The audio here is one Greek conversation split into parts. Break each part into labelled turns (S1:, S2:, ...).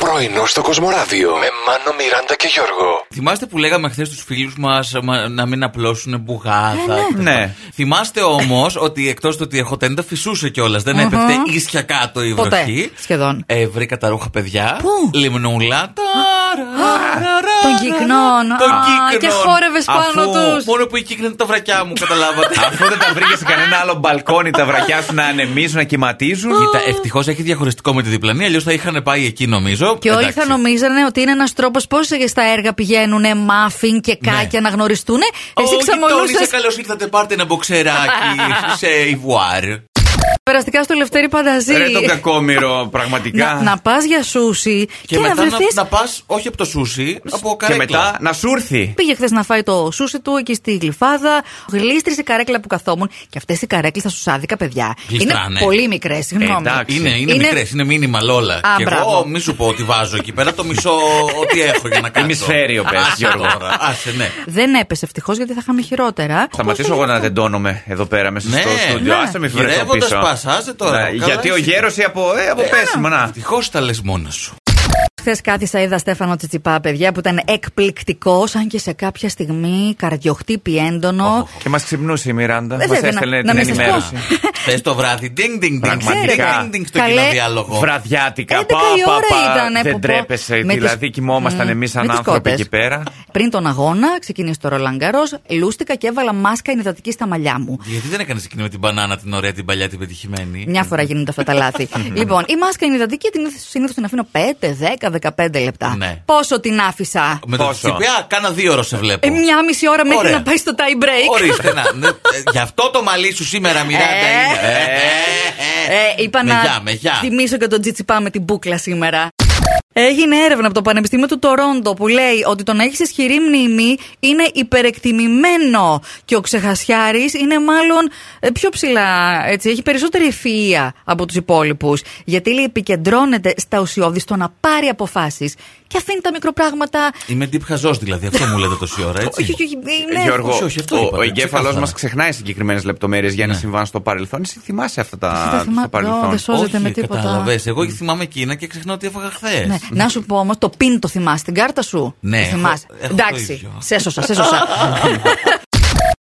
S1: Πρωινό στο Κοσμοράδιο με Μάνο, Μιράντα και Γιώργο.
S2: Θυμάστε που λέγαμε χθες στου φίλους μας να μην απλώσουν μπουγάδα. κτλ.
S3: Ναι.
S2: Θυμάστε όμως ότι εκτός του ότι ερχοτέντα φυσούσε κιόλας. Δεν έπεφτε ίσια κάτω η
S4: Ποτέ,
S2: βροχή.
S4: σχεδόν.
S2: Ε, βρήκα τα ρούχα παιδιά.
S4: Πού?
S2: Λιμνούλα.
S4: Των κυκνών.
S2: Τον
S4: Α, Και χόρευε πάνω του.
S2: Μόνο που κύκνανε τα βρακιά μου, καταλάβατε.
S3: Αφού δεν τα βρήκε σε κανένα άλλο μπαλκόνι, τα βρακιά σου να ανεμίζουν, να κυματίζουν.
S2: Κοίτα, ευτυχώ έχει διαχωριστικό με τη διπλανή, αλλιώ θα είχαν πάει εκεί νομίζω.
S4: Και όλοι
S2: Εντάξει.
S4: θα νομίζανε ότι είναι ένα τρόπο πώ στα έργα πηγαίνουν μάφιν και κάκια να γνωριστούν. Εσύ
S2: Τόνισα,
S4: ξαμολούσε
S2: καλώ ήρθατε, πάρτε ένα μποξεράκι σε Ιβουάρ.
S4: περαστικά στο Λευτέρη Πανταζή.
S3: Ρε το κακόμοιρο, πραγματικά.
S4: Να, πας για σούσι και,
S2: Και,
S4: να
S2: μετά να,
S4: βρεθείς.
S2: να πας όχι από το σούσι, από
S3: Και
S2: καρέκλα.
S3: μετά να σου έρθει.
S4: Πήγε χθες να φάει το σούσι του εκεί στη γλυφάδα. Γλίστρισε η καρέκλα που καθόμουν. Και αυτές οι καρέκλες τα σουσάδικα, παιδιά.
S2: Γλιστράνε.
S4: Είναι πολύ μικρές, συγγνώμη.
S3: Εντάξει.
S2: Είναι, είναι,
S4: Είναι-
S2: μικρές, είναι μήνυμα όλα.
S4: Α,
S2: και εγώ
S4: μπράβο.
S2: μη σου πω ότι βάζω εκεί πέρα το μισό ό,τι έχω για να κάνω.
S3: Ημισφαίριο πες, Γιώργο.
S2: Άσε, ναι.
S4: Δεν έπεσε ευτυχώς γιατί θα είχαμε χειρότερα.
S3: Σταματήσω
S4: Ναι.
S3: εγώ να τεντώνομαι εδώ πέρα μέσα
S2: Ναι,
S3: στο στούντιο.
S2: ναι.
S3: Άσε με φρέσκο
S2: Γυρεύοντας
S3: πίσω.
S2: πας, άσε τώρα,
S3: Ναι,
S2: καλά
S3: Γιατί ο
S2: είσαι.
S3: γέρος από, ε, από πέσιμο, να.
S2: Ευτυχώς τα λες μόνος σου.
S4: Χθες κάθισα, είδα Στέφανο Τσιτσιπά, παιδιά, που ήταν εκπληκτικός, αν και σε κάποια στιγμή καρδιοχτύπη έντονο.
S3: Και μας ξυπνούσε η Μιράντα.
S4: Δεν
S3: Μας
S4: θέλω να-
S3: έστελνε
S4: να
S3: την
S4: μην σας πω.
S3: ενημέρωση.
S2: Θες το βράδυ, ντινγκ, ντινγκ, ντινγκ,
S3: Πραγματικά.
S2: ντινγκ, ντινγκ, στο
S4: Καλέ,
S2: κοινοδιάλογο.
S3: Βραδιάτικα,
S4: 11
S3: πα,
S4: η
S3: πα,
S4: ώρα
S3: πα.
S4: ήτανε,
S3: Δεν
S4: πω, πω.
S3: τρέπεσαι.
S4: Με
S3: Δηλαδή
S4: τις-
S3: κοιμόμασταν
S4: Μμμ,
S3: εμείς σαν
S4: με τις
S3: άνθρωποι
S4: κότες.
S3: εκεί πέρα.
S4: Πριν τον αγώνα, ξεκίνησε το ρολαγκαρό, λούστηκα και έβαλα μάσκα ενυδατική στα μαλλιά μου.
S2: Γιατί δεν έκανες εκείνη με την μπανάνα την ωραία, την παλιά, την πετυχημένη.
S4: Μια φορά γίνονται αυτά τα λάθη. λοιπόν, η μάσκα ενυδατική την συνήθως την αφήνω 5, 10, 15 λεπτά.
S2: Ναι.
S4: Πόσο την άφησα.
S2: Με το
S3: Πόσο?
S2: τσιπιά, κάνα δύο ώρες σε βλέπω.
S4: Ε, μια μισή ώρα μέχρι
S2: Ωραία.
S4: να πάει στο tie break.
S2: Ορίστε να. ναι, ε, Γι' αυτό το μαλλί σου σήμερα, Μιράντα,
S4: Ε,
S2: είναι.
S4: ε, Ε, είπα
S2: με
S4: να
S2: γεια, με γεια.
S4: θυμίσω και τον Τζιτσιπά με την μπουκλα σήμερα. Έγινε έρευνα από το Πανεπιστήμιο του Τορόντο που λέει ότι το να έχεις ισχυρή μνήμη είναι υπερεκτιμημένο και ο ξεχασιάρης είναι μάλλον ε, πιο ψηλά. Έτσι, έχει περισσότερη ευφυα από τους υπόλοιπους. Γιατί λέει, επικεντρώνεται στα ουσιώδης, στο να πάρει αποφάσεις και αφήνει τα μικροπράγματα.
S2: Είμαι deep χαζός δηλαδή, αυτό μου λέτε τόση ώρα, έτσι. Ε,
S4: Όχι, όχι, όχι, ναι.
S3: Γιώργο,
S2: όχι, όχι, αυτό
S3: ο,
S2: είπα,
S3: ο εγκέφαλο
S2: ξεκάθαρα.
S3: μας ξεχνάει συγκεκριμένες λεπτομέρειες για να συμβάν στο παρελθόν. Εσύ θυμάσαι αυτά
S4: Δεν
S3: τα
S4: τα
S3: στο
S4: θυμάμαι. Ω,
S3: παρελθόν.
S4: δεν σώζεται με τίποτα.
S2: κατάλαβες. Εγώ θυμάμαι εκείνα και ξεχνάω ότι έφαγα χθες.
S4: Ναι. Να σου πω όμως, το πιν το θυμάσαι, την κάρτα σου.
S2: Ναι,
S4: Το
S2: έχω-
S4: θυμάσαι.
S2: έχω το
S4: Εντάξει.
S2: ίδιο.
S4: Σε έσωσα, σε έσωσα.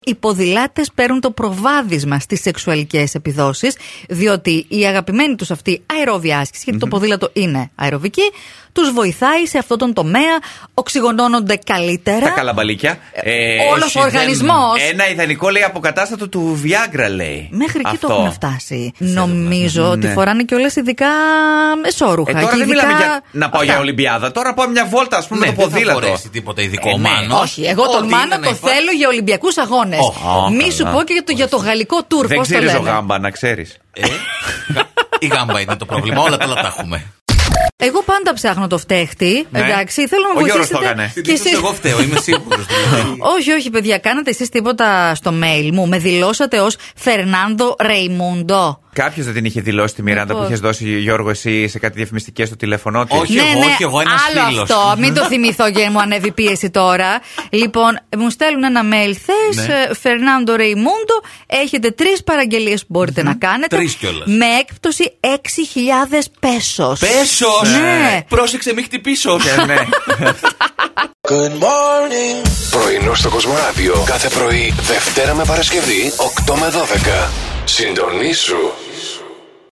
S4: Οι ποδηλάτες παίρνουν το προβάδισμα στις σεξουαλικές επιδόσεις, διότι η αγαπημένη του αυτή αερόβια άσκηση, γιατί το ποδήλατο είναι αεροβική, τους βοηθάει σε αυτόν τον τομέα, οξυγονώνονται καλύτερα.
S3: Τα καλαμπαλίκια. Ε,
S4: Όλος
S2: όχι,
S4: ο
S2: δεν-
S4: οργανισμός.
S3: Ένα ιδανικό λέει αποκατάστατο του Viagra λέει.
S4: Μέχρι εκεί το
S3: Αυτό.
S4: έχουν φτάσει. Νομίζω ότι
S3: Ναι.
S4: φοράνε και όλε ειδικά σόρουχα.
S3: Ε, τώρα
S4: και
S3: δεν
S4: ειδικά
S3: μιλάμε για να πάω για
S4: αυτά.
S3: Ολυμπιάδα. Τώρα πάω μια βόλτα, ας πούμε,
S2: Ναι,
S3: με το
S2: δεν θα
S3: ποδήλατο.
S2: φορέσει τίποτα ειδικό
S3: Ε,
S2: ε,
S3: ναι.
S2: μάνος.
S4: Όχι, εγώ τον
S2: Ό,τι
S4: Μάνο
S2: είναι να
S4: το
S2: υπάρχει.
S4: θέλω για Ολυμπιακούς αγώνες.
S2: Ω,
S4: Μη
S3: καλά.
S4: σου πω και για το, για το γαλλικό τουρ,
S3: Δεν
S4: πώς το
S3: ξέρεις ο
S4: λένε.
S3: γάμπα, να ξέρεις.
S2: Ε, γα- η γάμπα είναι το πρόβλημα, όλα τα άλλα τα έχουμε.
S4: Εγώ πάντα ψάχνω το φταίχτη.
S3: Ναι.
S4: Εντάξει, θέλω
S3: Ο
S4: να
S3: Γιώργος
S4: βοηθήσετε.
S3: το έκανε.
S2: Στην
S4: Και
S2: τύχη
S4: εσείς-
S2: σου εγώ φταίω, είμαι σίγουρος.
S4: Όχι, όχι, παιδιά, κάνατε εσείς τίποτα στο mail μου. Με δηλώσατε ως Φερνάνδο Ρεϊμούντο.
S3: Κάποιος δεν την είχε δηλώσει τη Μιράντα που
S4: Λοιπόν.
S3: είχες δώσει Γιώργο εσύ σε κάτι διαφημιστικές στο τηλέφωνό της.
S2: Όχι. εγώ, όχι εγώ, ένας
S4: Ναι, άλλο
S2: φίλος.
S4: αυτό. Μην το θυμηθώ και μου ανέβει η πίεση τώρα. Λοιπόν, μου στέλνουν ένα mail χθε.
S2: Ναι.
S4: Φερνάντο Ρεϊμούντο, έχετε τρεις παραγγελίες που μπορείτε να κάνετε.
S2: Τρεις κιόλας.
S4: Με έκπτωση 6.000 πέσος.
S2: Πέσος!
S4: Ναι.
S2: Πρόσεξε, μην χτυπήσω.
S3: Ε, ναι.
S1: Πρωινό στο Κοσμοράδιο κάθε πρωί, Δευτέρα με Παρασκευή, 8 με 12. Συντονίσου